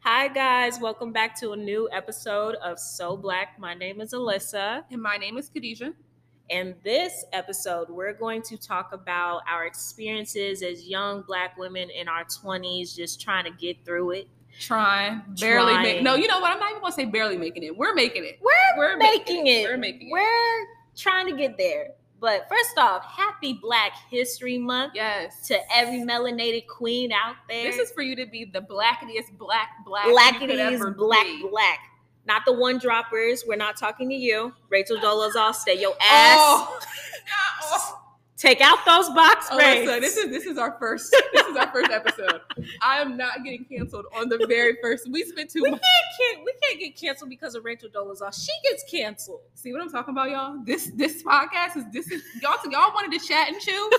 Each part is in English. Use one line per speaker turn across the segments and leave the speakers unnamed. Hi, guys. Welcome back to a new episode of So Black. My name is Alyssa.
And my name is Khadijah.
And this episode, we're going to talk about our experiences as young Black women in our 20s, just trying to get through it.
Trying, barely
Trying.
making. No, you know what? I'm not even gonna say barely making it. We're making it.
We're,
We're
making
making it.
it.
We're making it.
We're trying to get there. But first off, happy Black History Month
Yes.
to every melanated queen out there.
This is for you to be the blackest black black you could ever
blackities, black,
be.
black. Not the one droppers. We're not talking to you. Rachel Dolezal, stay your ass.
Oh. Oh.
Take out those box braids.
Alyssa, this is this is our first this is our first episode. I am not getting canceled on the very first. We spent two.
we
months.
can't, can we can't get canceled because of Rachel Dolezal. She gets canceled.
See what I'm talking about, y'all? This this podcast is this is y'all y'all wanted to chat and chew.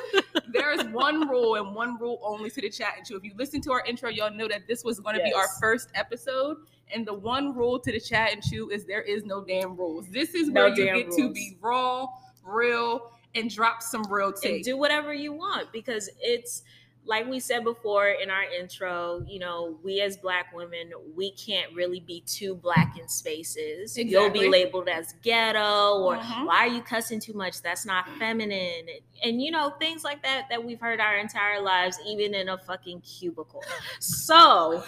there is one rule and one rule only to the chat and chew. If you listen to our intro, y'all know that this was going to be our
Yes.
first episode. And the one rule to the chat and chew is there is no damn rules. This is
No
where you
damn
get to
rules.
be raw, real, and drop some real
And
tea.
do whatever you want because it's like we said before in our intro, you know, we as black women, we can't really be too black in spaces. You'll
Exactly.
be labeled as ghetto or
Mhm.
why are you cussing too much? That's not feminine. And you know, things like that that we've heard our entire lives, even in a fucking cubicle. So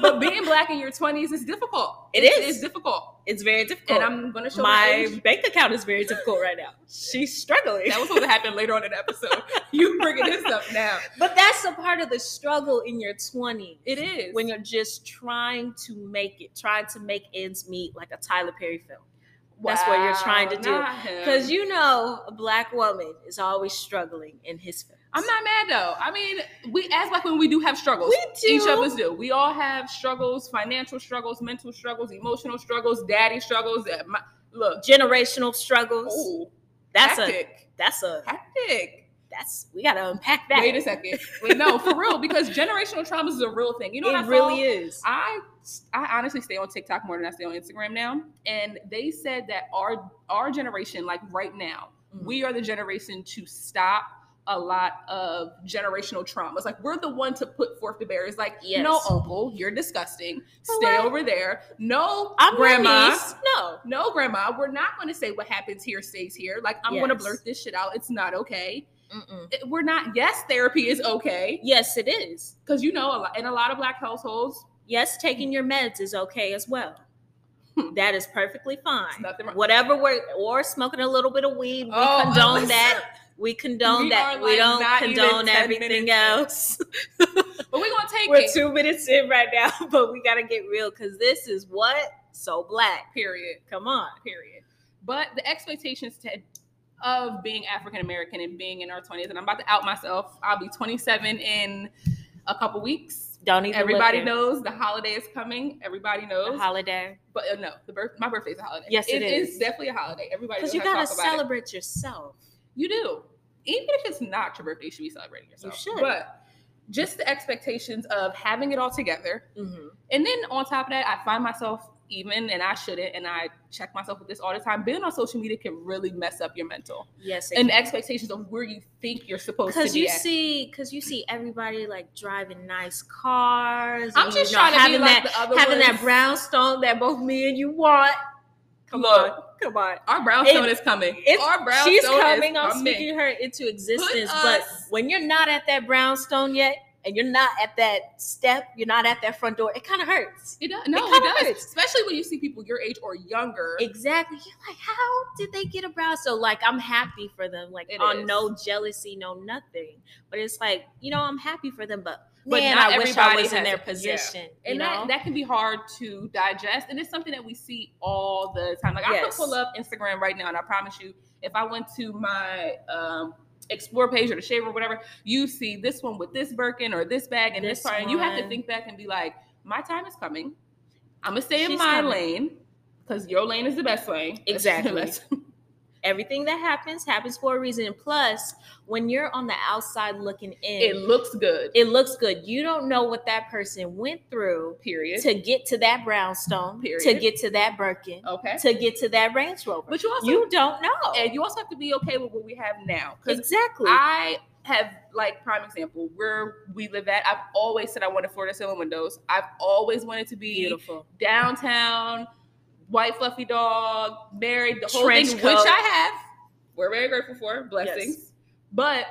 but being black in your 20s is difficult.
It
It's-
is.
It's difficult.
it's very difficult.
And I'm going to show my
my
age.
bank account is very difficult right now. She's struggling.
That was supposed to happen later on in the episode. You bringing this up now.
But that's a part of the struggle in your 20s.
It is.
When you're just trying to make it, trying to make ends meet like a Tyler Perry film. That's what you're trying to do. Because
Because
you know, a black woman is always struggling in his films.
I'm not mad though. I mean, we as black women, we do have struggles.
We do.
Each of us do. We all have struggles, financial struggles, mental struggles, emotional struggles, daddy struggles. uh, my- look,
Generational struggles.
oh,
that's a,
hectic,
that's a,
hectic.
that's, we got to unpack that.
Wait a second. Wait, no, for real, because generational traumas is a real thing. You know what
it
I
really
saw?
is.
I I honestly stay on TikTok more than I stay on Instagram now, and they said that our our generation, like right now,
Mhm.
we are the generation to stop a lot of generational traumas. Like we're the one to put forth the barriers. Like no,
Yes.
uncle, you're disgusting. Stay
Like-
over there. No,
I'm your
grandma.
niece. No.
No, grandma. We're not going to say what happens here stays here. Like I'm going to
Yes.
blurt this shit out. It's not okay.
Mm-mm.
It- We're not. Yes, therapy is okay
Yes, it is.
because you know a lot in a lot of black households.
Yes, taking your meds is okay as well.
Hmm.
That is perfectly fine.
nothing wrong-
Whatever we're or smoking a little bit of weed, we
Oh,
condone
Alyssa.
that. We condone
We
that.
are,
we
like,
don't
not even
condone
10
everything
minutes
else.
But we're gonna take
We're
it.
two minutes in right now, but we gotta get real because this is what so black.
period.
Come on.
Period. But the expectations to, of being African American and being in our twenties, and I'm about to out myself. I'll be 27 in a couple weeks.
Don't even
Everybody
look there.
knows the holiday is coming. Everybody knows,
the holiday
but uh, no, the birth. My birthday's a holiday.
Yes, it
is.
is.
definitely a holiday. Everybody knows
because you
how to
gotta
talk about it.
celebrate yourself.
You do. Even if it's not your birthday, you should be celebrating yourself.
should.
But just the expectations of having it all together,
Mm-hmm.
and then on top of that, I find myself even, and I shouldn't, and I check myself with this all the time. Being on social media can really mess up your mental
Yes,
and expectations of where you think you're supposed to be.
because you
at.
see, because you see everybody like driving nice cars.
I'm
and,
just
you know,
trying to be
having that
like the other
having
ones.
that brownstone that both me and you want. Come
Look.
on, come on.
Our brownstone
It-
is coming.
It's,
our brownstone
she's coming.
is
I'm
coming.
speaking her into existence.
Put
But
us-
when you're not at that brownstone yet, and you're not at that step, you're not at that front door. It kind of hurts.
It does. No,
It
it,
kinda
does.
hurts.
Especially when you see people your age or younger.
Exactly. You're like, how did they get a brownstone? Like, I'm happy for them. Like,
It
on
is.
no jealousy, no nothing. But it's like, you know, I'm happy for them. But
But
man,
not
I wish I
everybody
was in
has-
their
yeah.
position. You
and
know,
that, that can be hard to digest. And it's something that we see all the time. Like I could
Yes.
pull up Instagram right now, and I promise you, if I went to my um, explore page or the shaver or whatever, you see this one with this Birkin or this bag and this,
This
part, and you have to
one.
think back and be like, my time is coming. I'm gonna stay in
She's
my
coming.
lane because your lane is the best lane. That's-
Exactly.
that's-
Everything that happens happens for a reason. Plus, when you're on the outside looking in,
It looks good.
it looks good. You don't know what that person went through
Period.
to get to that brownstone, to
Period.
get to that Birkin,
Okay.
to get to that Range Rover.
But you also
you don't know.
and you also have to be okay with what we have now. Because
exactly.
I have like prime example where we live at. I've always said I wanted Florida Seven Windows. I've always wanted to be
Beautiful.
downtown, white fluffy dog, married, the whole
Trench
thing,
coat.
which I have. We're very grateful for blessings,
Yes.
but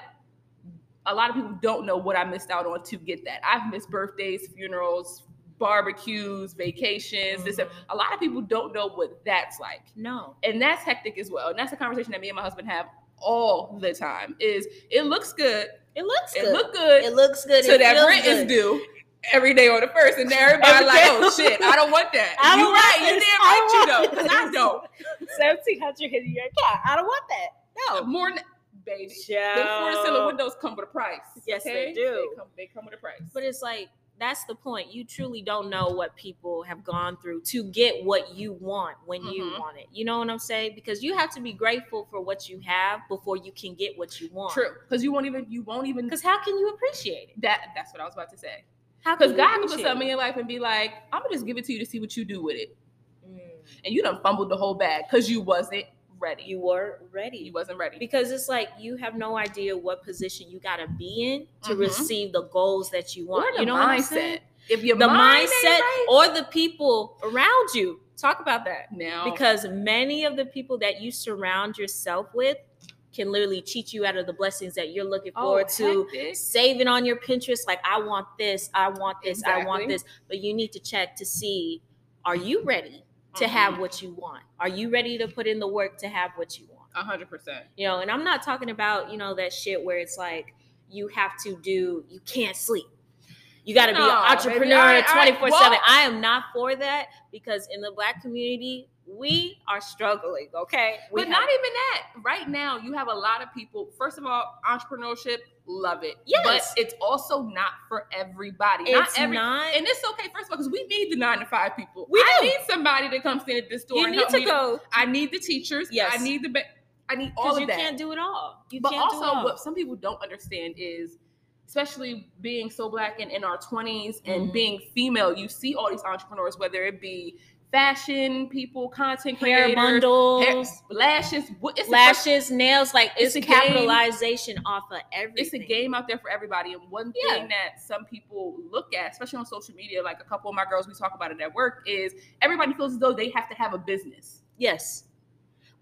a lot of people don't know what I missed out on to get that. I've missed birthdays, funerals, barbecues, vacations. This
Mhm.
a lot of people don't know what that's like,
No.
and that's hectic as well. And that's a conversation that me and my husband have all the time. Is it looks good?
It looks
It
good.
look good
it looks good.
so
it
that
feels
rent is
good.
due every day on the first, and everybody
Every
like,
day.
oh shit, I don't want that.
I
you
don't want
right,
this.
you damn
I
right you
don't
don't,
want
because I
this.
don't.
1700 in your account. I don't want that. No.
More, than, baby. The four cylinder
Child.
windows come with a price.
Yes, they
okay?
do.
They come, they come with a price.
But it's like, that's the point. You truly don't know what people have gone through to get what you want when you
Mhm.
want it. You know what I'm saying? Because you have to be grateful for what you have before you can get what you want.
true, because you won't even, you won't even.
Because how can you appreciate it?
That that's what I was about to say.
How
Because
you
God can put
appreciate
something in your life and be like, I'm gonna just give it to you to see what you do with it,
it? Mm.
and you done fumbled the whole bag because you wasn't ready.
You were ready.
you wasn't ready.
because it's like you have no idea what position you gotta be in to
Mhm.
receive the goals that you
Or
want.
the
you know what I'm
mindset.
saying?
If your
The
mind ain't
mindset
right,
or the people around you. Talk about that.
now
Because many of the people that you surround yourself with can literally cheat you out of the blessings that you're looking
Oh,
forward to.
hectic.
Saving on your Pinterest, like I want this, I want this, I want
Exactly.
this. But you need to check to see are you ready to have what you want? Are you ready to put in the work to have what you want?
a hundred percent.
you know and i'm not talking about you know that shit where it's like you have to do you can't sleep you got to be
No,
an
baby. All
entrepreneur
right, all right.
24 7 i am not for that because in the black community we are struggling okay we
But
have-
not even that. Right now, you have a lot of people. First of all, entrepreneurship, love it.
Yes.
but it's also not for everybody.
it's
not every.
not
and it's okay, first of all, because we need the nine to five people.
We
I
do.
need somebody to come stand at this door
you
and
need
help
to
me.
go
I need the teachers.
Yes.
I need the. Ba- I need all
because
of
you
that.
can't do it all you
but
can't do it
also,
all.
what some people don't understand is, especially being so black and in our 20s and
Mhm.
being female, you see all these entrepreneurs, whether it be fashion people, content
hair
creators,
bundles
hair- lashes. what- It's A,
lashes nails like it's,
It's a game.
capitalization off of everything
it's a game out there for everybody. And one
Yeah.
thing that some people look at, especially on social media, like a couple of my girls, we talk about it at work, is everybody feels as though they have to have a business.
Yes.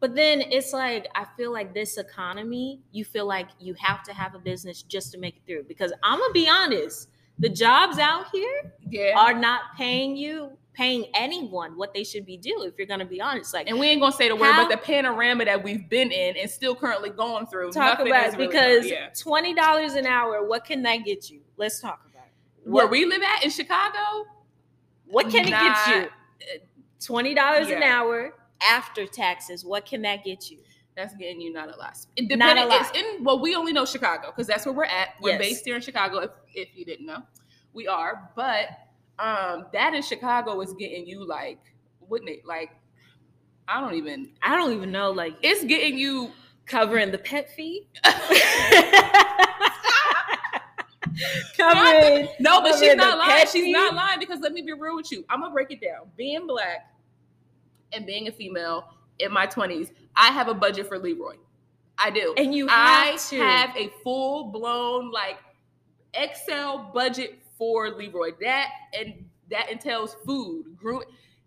But then it's like I feel like this economy, you feel like you have to have a business just to make it through. Because I'm gonna be honest, the jobs out here
Yeah.
are not paying you, paying anyone what they should be due. If you're gonna be honest, like
and we ain't gonna say the word,
How-
but the panorama that we've been in and still currently going through.
talk
nothing
about
is
it,
really-
because
yeah.
twenty dollars an hour, what can that get you? Let's talk about it.
where
What,
we live at in Chicago,
what can it get
Nah.
you? Twenty dollars an
Yeah.
hour after taxes. What can that get you?
that's getting you not a lot. It
Not
depending,
a lot.
It's in well, we only know Chicago because that's where we're at. We're
Yes.
based here in Chicago. If, if you didn't know, we are. But um, that in Chicago is getting you like, wouldn't it? Like, I don't even.
I don't even know. Like
It's getting you.
covering the pet fee.
Covering- No, but
Over
she's
the
not lying.
pet
She's
peeve?
not lying because let me be real with you. I'm gonna break it down. Being black and being a female in my 20s, I have a budget for Leroy. I do.
and you
I
have to.
have a full blown like Excel budget for Leroy. That and that entails food, groom,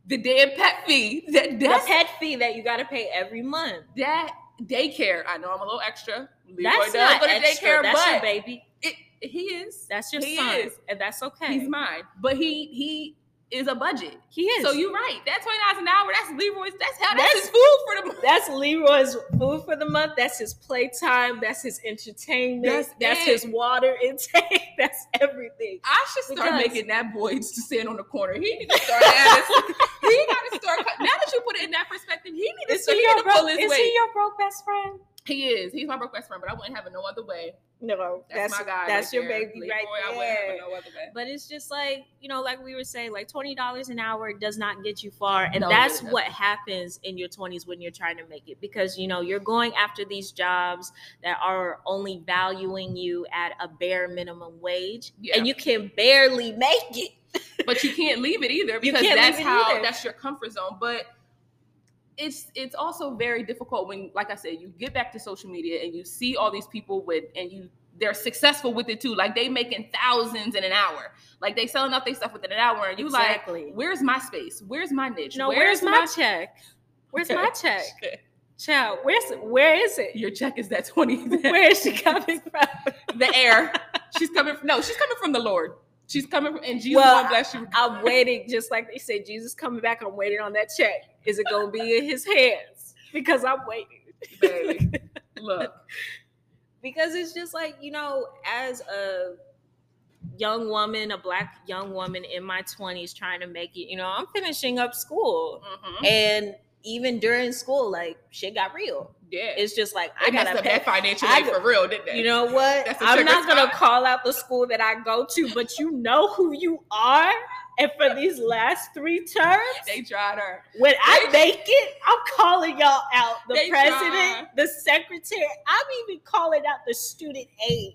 the damn pet fee. That
the
that's,
pet fee that you got to pay every month.
that daycare. I know I'm a little extra. Leroy
That's
does
not
go to
extra.
daycare,
that's your
but
baby.
it- he is.
That's your
He
son,
is.
and that's okay.
He's mine. But he he is a budget.
he is.
So you're right. That twenty dollars an hour. That's Leroy's. That's how that's,
That's-
his food for the month.
That's Leroy's food for the month. That's his playtime. That's his entertainment.
That's it.
his water intake. That's everything.
I should start
Because-
making that boy to stand on the corner. He needs to start having. he got to start. cut- Now that you put it in that perspective, he needs to,
Is
he
he
need
your
to pull
broke?
his
Is
weight.
he your broke best friend?
He, is. He's my broke best friend, but I wouldn't have it no other way.
No,
That's,
that's
my guy.
that's
right
your
there.
baby
Leroy,
right
I wouldn't have
there.
it no other way.
But it's just like, you know, like we were saying, like $20 an hour does not get you far. And
No, it
that's
really
what happens in your 20s when you're trying to make it because, you know, you're going after these jobs that are only valuing you at a bare minimum wage
Yeah.
and you can barely make it.
but you can't leave it either because
can't
that's
leave it
how
either.
that's your comfort zone but it's it's also very difficult when like i said you get back to social media and you see all these people with and you they're successful with it too like they making thousands in an hour like they selling out their stuff within an hour and you
Exactly.
like where's my space where's my niche
No, where's, my, check? Where's my check? Child, where's where is it?
your check is that 20
Where is she coming from?
the air she's coming no she's coming from the lord she's coming from and jesus
Well,
will bless you
I'm waiting, just like they said, Jesus coming back. I'm waiting on that check. Is it gonna be in his hands? Because I'm waiting.
baby. look
because it's just like you know as a young woman a black young woman in my 20s trying to make it you know i'm finishing up school
Mhm.
and even during school like shit got real
yeah
it's just like i
I got
gotta
up
pay
that financial
I
aid
go-
for real, didn't they?
you know what
That's a
i'm
trigger
not gonna
spot.
call out the school that i go to but you know who you are and for these last three terms
they tried her.
when I
They-
make it, I'm calling y'all out. The
They
president,
try.
the secretary, I'm even calling out the student aid.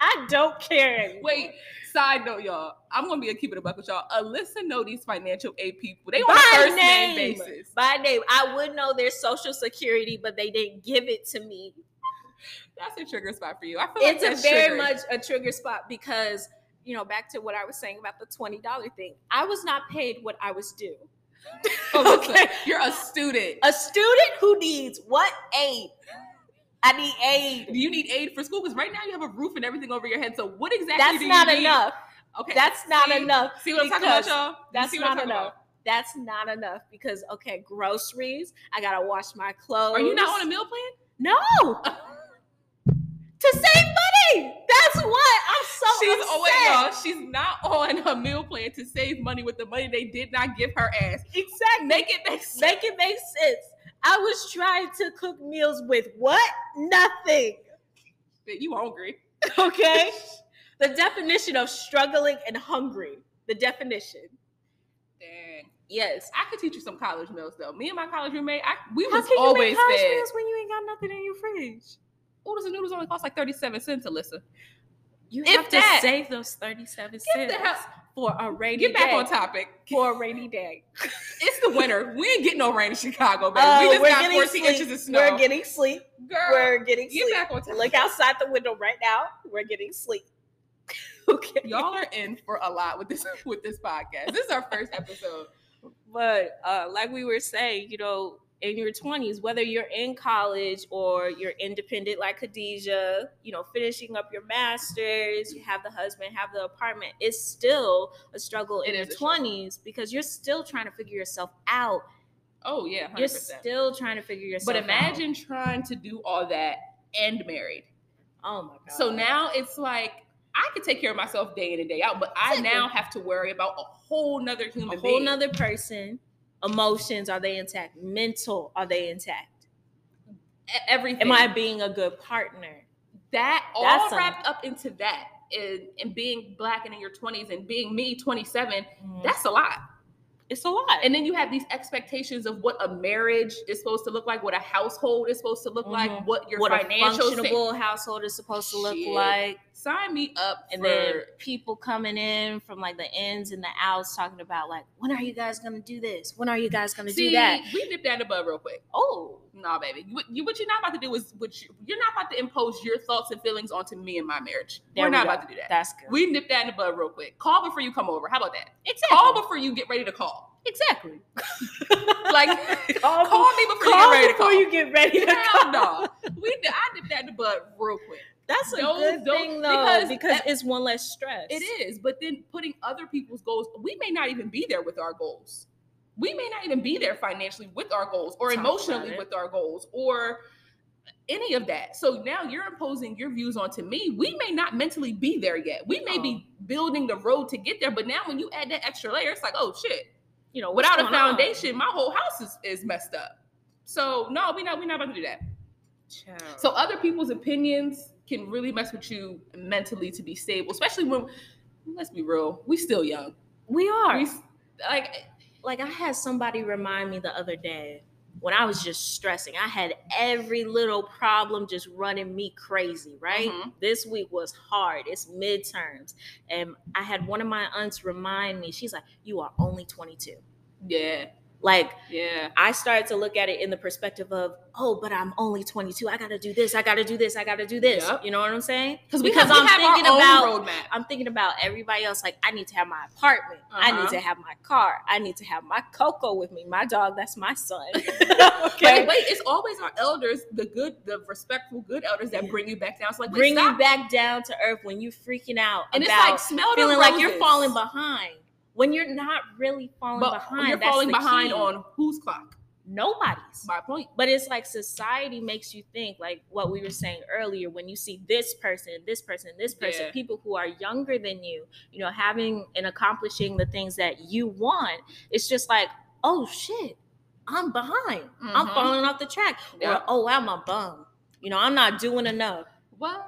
I don't care. anymore.
Wait, side note, y'all. I'm gonna be a keep it a buck with y'all. Alyssa know these financial aid people. They on a
By
first name,
name.
basis.
By name, I would know their social security, but they didn't give it to me.
That's a trigger spot for you. I feel like
It's
that's
a very
triggered.
much a trigger spot because, you know, back to what I was saying about the $20 thing, I was not paid what I was due.
Alyssa,
okay.
You're a student.
A student who needs what aid? I need aid.
Do you need aid for school? Because right now you have a roof and everything over your head. So what exactly?
That's
do you
not
need?
enough.
Okay.
That's not
see?
enough.
See what I'm talking about,
because
y'all? You
that's
see what I'm
not
talking
enough.
about?
that's not enough because okay, groceries. I gotta wash my clothes.
Are you not on a meal plan?
no to save money? That's what I'm so
she's
upset.
always y'all. She's not on a meal plan to save money with the money they did not give her ass.
exactly.
Make it make sense.
Make it make sense. I was trying to cook meals with what? Nothing.
that you hungry.
Okay. the definition of struggling and hungry. The definition.
Dang.
Yes.
I could teach you some college meals though. Me and my college roommate, I we
How
was
can you
always
make college
fed.
meals when you ain't got nothing in your fridge?
Oodles and noodles only cost like 37 cents, Alyssa.
You
If that-
save those 37
Get the hell
for a rainy
get back
day.
on topic.
For a rainy day.
It's the winter. We ain't getting no rain in Chicago, baby.
Oh,
we just
we're
got
getting
14
sleep.
inches of snow.
We're getting sleep.
Girl,
We're getting
get
sleep.
back on topic.
Look outside the window right now. We're getting sleep. okay.
Y'all are in for a lot with this with this podcast. This is our first episode.
But uh, like we were saying, you know, in your 20s, whether you're in college or you're independent like Khadijah, you know, finishing up your master's, you have the husband, have the apartment, it's still a struggle in
It
your
is a struggle.
20s because you're still trying to figure yourself out.
Oh yeah, 100%.
you are still trying to figure yourself
but
out.
imagine trying to do all that and married.
Oh my God.
So now it's like I could take care of myself day in and day out, but I
Exactly.
now have to worry about a whole nother human
a whole
being.
nother person. Emotions, are they intact? Mental, are they intact?
E- everything.
Am I being a good partner?
that all
That's a-
wrapped up into that and, and being black and in your 20s and being me 27 that's a lot
it's a lot.
Mm-hmm. and then you have these expectations of what a marriage is supposed to look like what a household is supposed to look
Mhm.
like what your
what a
financial sa-
functionable household is supposed to look
Shit.
like.
sign me up
And
for
then people coming in from like the ins and the outs talking about like, when are you guys gonna do this? When are you guys gonna
see
do that?
we nip that in the bud real quick
Oh,
nah baby you, what you- what you're not about to do is what you, you're not about to impose your thoughts and feelings onto me and my marriage
There
we're
we
not
go.
about to do that
that's good.
we nip that in the bud real quick call before you come over how about that
exactly.
call before you get ready to call
exactly.
like
Call,
call me before you get
call
ready to
before
call
you get ready to
Hell no. We I nip that in the bud real quick.
That's a
Those
good
don't-
thing though,
because
because,
that-
it's one less stress.
It is, but then putting other people's goals, we may not even be there with our goals. We may not even be there financially with our goals or
Talk about
emotionally
it.
with our goals or any of that. So now you're imposing your views onto me. We may not mentally be there yet. We may be building the road to get there, but now when you add that extra layer, it's like, oh shit.
You know, what's
Without a
going on?
foundation, my whole house is, is messed up. So no, we not we not about to do that. So other people's opinions can really mess with you mentally to be stable, especially when let's be real, we still young.
We are.
We s- like
like I had somebody remind me the other day when I was just stressing. I had every little problem just running me crazy, right?
Mhm.
This week was hard. It's midterms. And I had one of my aunts remind me, she's like, You are only 22.
yeah,
Like
yeah.
I started to look at it in the perspective of, oh, but I'm only 22. I gotta do this. I gotta do this. I gotta do this.
Yep.
You know what I'm saying?
Because
Because I'm thinking about-
roadmap.
I'm thinking about everybody else. Like, I need to have my apartment. I need
Uh-huh.
to have my car. I need to have my cocoa with me. My dog, that's my son.
But wait, it's always our elders, the good, the respectful, good elders that bring you back down. It's like wait,
Bring you
stop.
back down to earth when you freaking out
and it's
about
like smell the
feeling like you're
roses.
falling behind when you're not really falling
But
behind.
You're
That's
falling
the
behind
key.
on whose clock?
nobody's.
My point.
But it's like society makes you think, like what we were saying earlier, when you see this person, this person, this person,
Yeah.
people who are younger than you, you know, having and accomplishing the things that you want, it's just like, oh shit, I'm behind. I'm
Mhm.
falling off the track. Or,
Yeah.
oh, I'm a bum. You know, I'm not doing enough.
What?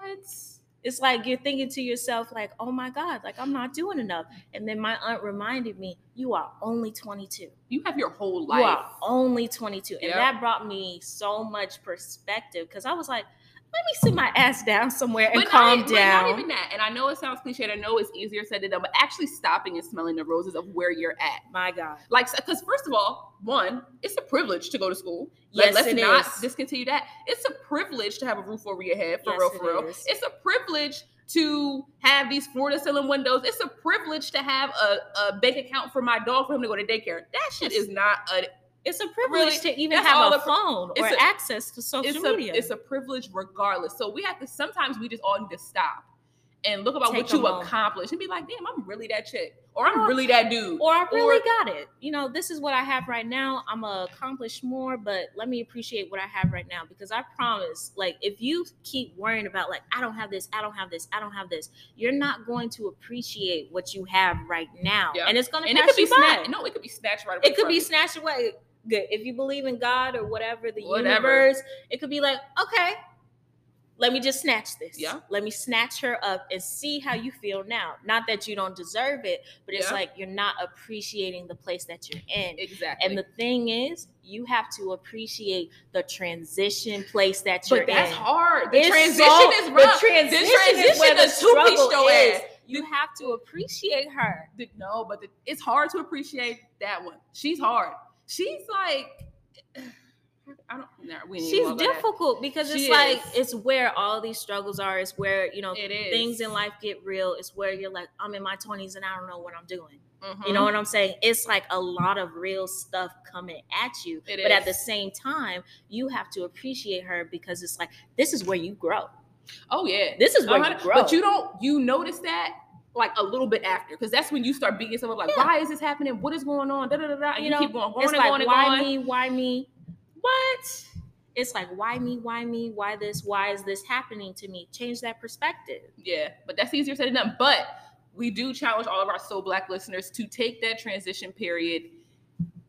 It's like you're thinking to yourself, like, oh my God, like I'm not doing enough. And then my aunt reminded me, you are only 22.
You have your whole
You
life.
are only 22. And
Yep.
that brought me so much perspective because I was like, let me sit my ass down somewhere and
But
calm
not, e- but
down.
not even that. And I know it sounds cliche. and I know it's easier said than done, but actually stopping and smelling the roses of where you're at.
my God.
Like, because first of all, one, it's a privilege to go to school. Like,
Yes,
let's
it
not
is.
discontinue that. It's a privilege to have a roof over your head, for
Yes,
real,
it
for real.
is.
It's a privilege to have these floor to ceiling windows. It's a privilege to have a, a bank account for my dog for him to go to daycare. That shit is not a.
It's a privilege to even
that's
have
all
a
the-
phone
it's
or
a-
access to social
It's
media.
a, it's a privilege regardless. So we have to sometimes we just all need to stop and look about
Take
what
a
you
moment.
accomplished and be like, damn, I'm really that chick. Or I'm
Or-
really that dude.
or I really got it. You know, this is what I have right now. I'm gonna accomplish more, but let me appreciate what I have right now because I promise, like, if you keep worrying about, like, I don't have this, I don't have this, I don't have this, you're not going to appreciate what you have right now,
Yeah.
and it's gonna
and it
pass
could be
you by.
snatched. No, it could be snatched right away.
it could
from
be
you.
snatched away. Good. If you believe in God or whatever the
Whatever.
universe, it could be like, okay, let me just snatch this.
Yeah.
Let me snatch her up and see how you feel now. Not that you don't deserve it, but it's
Yeah.
like you're not appreciating the place that you're in.
exactly.
And the thing is, you have to appreciate the transition place that you're
but that's
in.
hard. The
It's
transition
so-
is rough.
The transition, is where the
is two-piece
struggle
your
is.
ass.
You have to appreciate her.
The- no, but the, it's hard to appreciate that one. She's hard. She's like, I don't. Nah, we ain't
She's
gonna go
difficult because it's
She
like
is.
it's where all these struggles are. It's where you know
there. It is
things in life get real. It's where you're like, I'm in my 20s and I don't know what I'm doing. You
Mhm.
know what I'm saying? It's like a lot of real stuff coming at you.
It
but at the
is.
same time, you have to appreciate her because it's like this is where you grow.
Oh yeah.
This is where you
Uh-huh.
grow.
But you don't you notice that like a little bit after because that's when you start beating yourself up like
Yeah.
why is this happening? What is going on? Da da da da. And
You
you,
know,
keep going, going
it's
and
like
going and
why
going.
me? Why me?
What?
It's like why me? Why me? Why this? Why is this happening to me? Change that perspective.
Yeah, but that's easier said than done. But we do challenge all of our so black listeners to take that transition period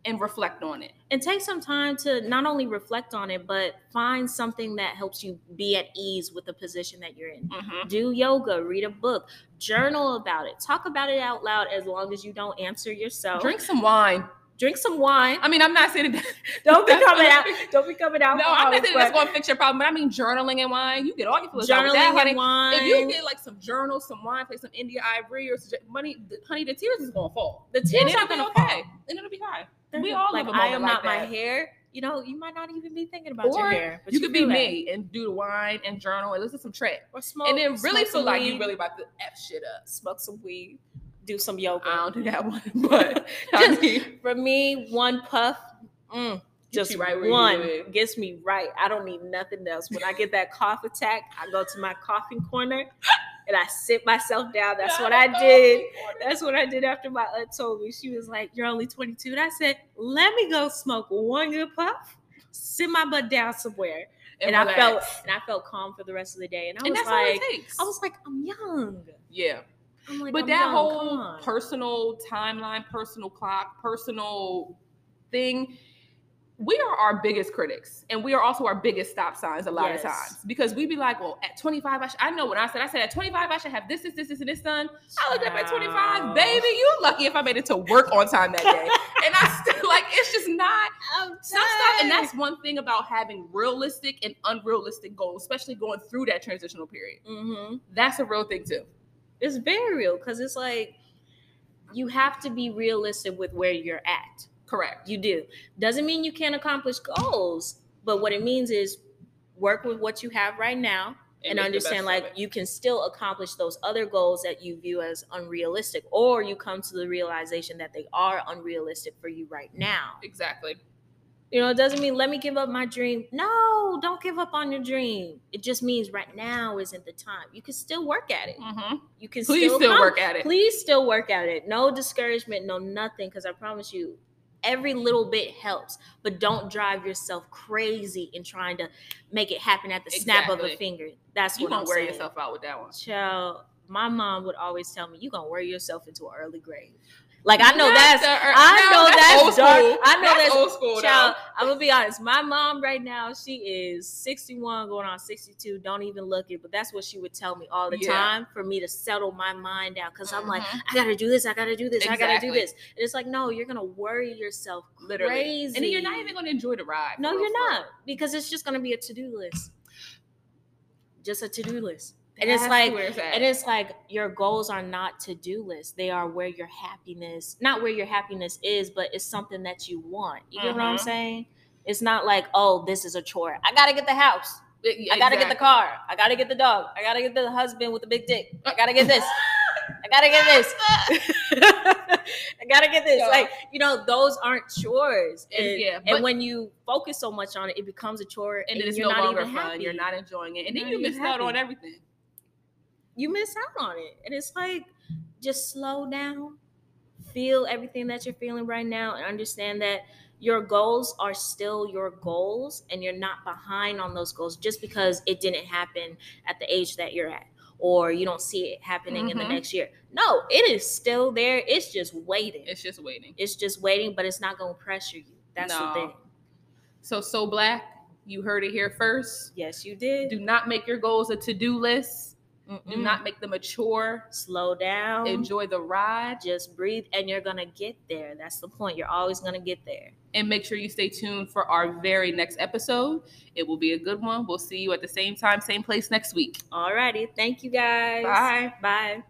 and reflect on it.
and take some time to not only reflect on it but find something that helps you be at ease with the position that you're in
Mm-hmm.
do yoga read a book journal about it talk about it out loud as long as you don't answer yourself
Drink some wine.
Drink some wine
I mean, I'm not saying that.
don't be
that's
coming
what-
out don't be coming out
No, I'm not saying that's going to fix your problem, but I mean journaling and wine. You get all your feelings out with that,
journaling
honey.
and wine
If you get like some journals, some wine, play some India Ivory or some, money, honey, the tears is gonna fall.
the
And
tears
it'll
are
be
gonna
okay.
fall
And it'll be high.
They're
We
gonna-
all
like
live a
i am
moment
not
like
my
that.
hair you know you might not even be thinking about your
Or
hair but
you could be
feel that.
me and do the wine and journal and listen to some track.
or smoke
and then really
smoke
feel
some
like
weed,
you really about to F shit up.
smoke some weed do some yoga
I don't do that one, but I
Just-
mean,
For me, one puff, mm,
Get
just
you right where you
one
live.
gets me right. I don't need nothing else. When I get that cough attack, I go to my coughing corner and I sit myself down. That's what I did. That's what I did after my aunt told me. She was like, "You're only 22." And I said, "Let me go smoke one good puff, sit my butt down somewhere." And, I felt
relax.
and I felt calm for the rest of the day. And I
and
was
that's
like,
all it takes.
I was like, "I'm young."
yeah.
I'm like,
but
"I'm
that
young, come
whole
on."
personal timeline, personal clock, personal thing, we are our biggest critics and we are also our biggest stop signs a lot
Yes.
of times because we be like, well, at 25, I, should, I know what I said. I said at 25, I should have this, this, this, this, and this done. I looked up at 25,
Child.
baby, you lucky if I made it to work on time that day. and I still, like, it's just not
I'm
some stuff. And
done.
that's one thing about having realistic and unrealistic goals, especially going through that transitional period.
Mhm.
That's a real thing, too.
It's very real because it's like you have to be realistic with where you're at.
Correct.
You do. Doesn't mean you can't accomplish goals, but what it means is work with what you have right now and,
make the best
understand
of
like
it.
you can still accomplish those other goals that you view as unrealistic or you come to the realization that they are unrealistic for you right now.
Exactly.
You know, it doesn't mean let me give up my dream. No, don't give up on your dream. It just means right now isn't the time. You can still work at it.
hmm
You can
Please still
accomplish-
work at it.
Mm-hmm. Please still work at it. No discouragement, no nothing, because I promise you, every little bit helps. But don't drive yourself crazy in trying to make it happen at the snap of a
Exactly.
finger. That's
You
what I'm
gonna wear
saying.
yourself out with that one.
Child, my mom would always tell me, "You gonna wear yourself into an early grave." Like I know
Not
that's.
the ear-
I
no,
know that's
old
dark.
school.
I know that's-
old school.
Child,
Child.
I'm gonna be honest. My mom right now, she is 61, going on 62. Don't even look it, but that's what she would tell me all the
Yeah.
time for me to settle my mind down. because i I'm like,
Mhm.
I gotta do this, I gotta do this, I gotta do
Exactly.
this. And it's like, no, you're gonna worry yourself
Literally.
crazy.
And then you're not even gonna enjoy the ride.
No,
for real,
you're
for
not
real.
because it's just gonna be a to do list, just a to do list. And
That's
it's like,
where it's at.
and it's like your goals are not to do lists. They are where your happiness, not where your happiness is, but it's something that you want. You get what I'm
Mhm.
saying? It's not like, oh, this is a chore. I gotta get the house.
It-
I gotta get the
exactly.
car. I gotta get the dog. I gotta get the husband with the big dick. I gotta get this. I gotta get this. I gotta get this.
Yeah.
Like, you know, those aren't chores.
And-
And,
yeah, but-
and when you focus so much on it, it becomes a chore and,
And it's
you're
no
not
longer
even
fun.
happy.
You're not enjoying it, and
You're
then
not
you
even
missed out
happy.
on everything.
you miss out on it. And it's like just slow down, feel everything that you're feeling right now, and understand that your goals are still your goals and you're not behind on those goals just because it didn't happen at the age that you're at or you don't see it happening in the
Mhm.
next year. No, it is still there. It's just waiting.
It's just waiting.
It's just waiting, but it's not going to pressure you. That's
No.
the thing.
So, so black. You heard it here first.
Yes, you did.
Do not make your goals a to-do list. Do
Mm-mm.
not make them a chore.
slow down.
Enjoy the ride,
Just breathe and you're going to get there. That's the point. You're always going to get there.
and make sure you stay tuned for our very next episode. It will be a good one. We'll see you at the same time, same place next week.
Alrighty. Thank you guys. Bye.